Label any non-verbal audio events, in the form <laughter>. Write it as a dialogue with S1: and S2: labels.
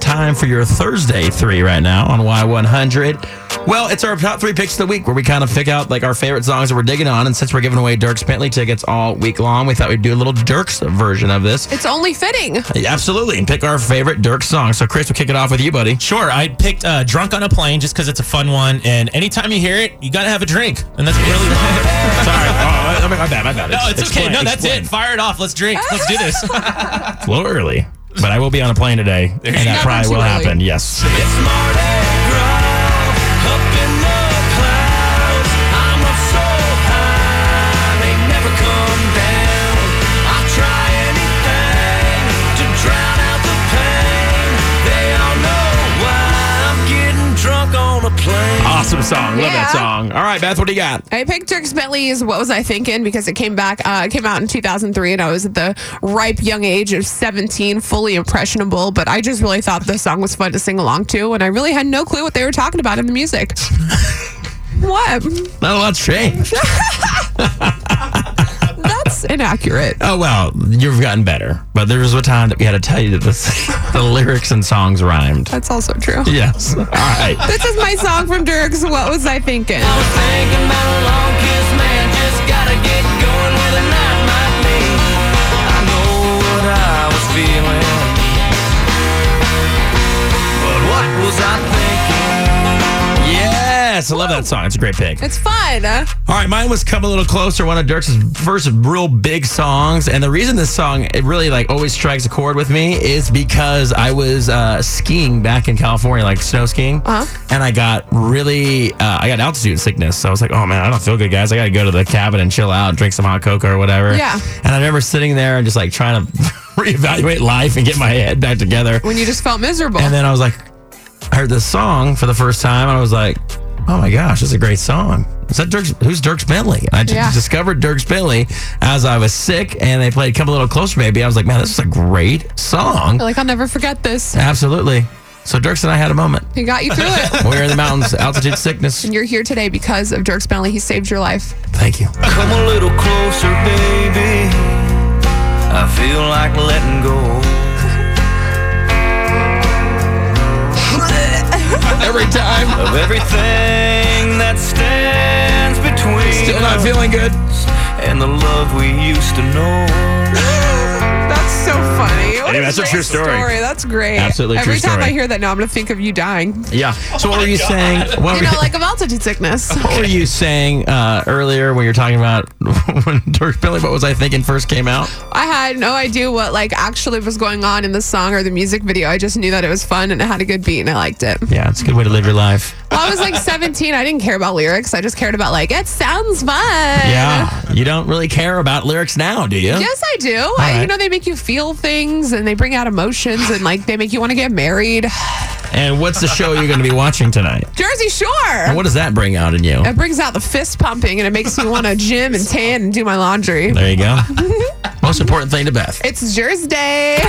S1: time for your Thursday three right now on Y100. Well, it's our top three picks of the week where we kind of pick out like our favorite songs that we're digging on. And since we're giving away Dirks Bentley tickets all week long, we thought we'd do a little Dirks version of this.
S2: It's only fitting.
S1: Absolutely. And pick our favorite Dirk song. So, Chris, we'll kick it off with you, buddy. <laughs>
S3: Sure, I picked uh, "Drunk on a Plane" just because it's a fun one, and anytime you hear it, you gotta have a drink, and that's really.
S2: <laughs>
S1: Sorry. Oh, my bad. My bad.
S3: no, it's okay. No, that's it. Fire it off. Let's drink. Let's
S2: <laughs>
S3: do this.
S1: It's a little early, but I will be on a plane today, and that
S2: go.
S1: probably
S2: Never
S1: will
S2: too early.
S1: happen. Yes. Awesome song. Love that
S2: Yeah.
S1: song. All right, Beth, what do you got?
S2: I picked Dirks Bentley's "What Was I Thinking" because it came back, uh, it came out in 2003, and I was at the ripe young age of 17, fully impressionable. But I just really thought the song was fun to sing along to, and I really had no clue what they were talking about in the music. what?
S1: Not a lot's changed.
S2: That's inaccurate.
S1: Oh well, you've gotten better. But there was a time that we had to tell you that the, <laughs> the lyrics and songs rhymed.
S2: That's also true.
S1: Yes. All right.
S2: This is my song from Dirks. What was I thinking?
S1: Yes, I love that song. It's a great pick.
S2: It's fun. Uh,
S1: All right, mine was "Come a Little Closer," one of Dirk's first real big songs, and the reason this song it really like always strikes a chord with me is because I was uh, skiing back in California, like snow skiing,
S2: Uh-huh.
S1: and I got really uh, I got altitude sickness, so I was like, "Oh man, I don't feel good, guys. I gotta go to the cabin and chill out, drink some hot cocoa or whatever."
S2: Yeah.
S1: And I remember sitting there and just like trying to <laughs> reevaluate life and get my head back together,
S2: When you just felt miserable.
S1: and then I was like, I heard this song for the first time, and I was like, oh my gosh, this is a great song. Is that Dirk's? Who's Dirk's Bentley? And I just
S2: Yeah.
S1: discovered Dirk's Bentley as I was sick, and they played "Come a Little Closer, Baby." I was like, man, this is a great song.
S2: like I'll never forget this.
S1: Absolutely. So Dirks and I had a moment.
S2: He got you through
S1: <laughs>
S2: it.
S1: We were in the
S2: <laughs>
S1: mountains, altitude sickness.
S2: And you're here today because of Dirks Bentley. He saved your life.
S1: Thank you.
S4: Come a little closer, baby. I feel like letting go.
S1: Every time,
S4: Of everything that stands between
S1: still not
S4: us
S1: feeling good.
S4: and the love we used to know.
S2: <laughs> That's so funny. What
S1: Hey, that's a
S2: great
S1: true story.
S2: That's great.
S1: Absolutely true
S2: Every time
S1: story.
S2: I hear that now, I'm gonna think of you dying.
S1: Yeah. Oh So what were you saying? What
S2: You
S1: were
S2: know, like of altitude <laughs> sickness.
S1: What were you saying uh, earlier when you were talking about <laughs> when Dirk Bentley? What was I thinking first came out?
S2: I had no idea what like actually was going on in the song or the music video. I just knew that it was fun and it had a good beat and I liked it.
S1: Yeah, it's a good way to live your life.
S2: I was like 17. I didn't care about lyrics. I just cared about like it sounds fun.
S1: Yeah. You don't really care about lyrics now, do you?
S2: Yes, I do. I,
S1: right.
S2: You know, they make you feel things and they bring out emotions and like they make you want to get married.
S1: And what's the show you're going to be watching tonight?
S2: Jersey Shore.
S1: And what does that bring out in you?
S2: It brings out the fist pumping and it makes me want to gym and tan and do my laundry.
S1: There you go. Most important thing to Beth.
S2: It's Jersey Day.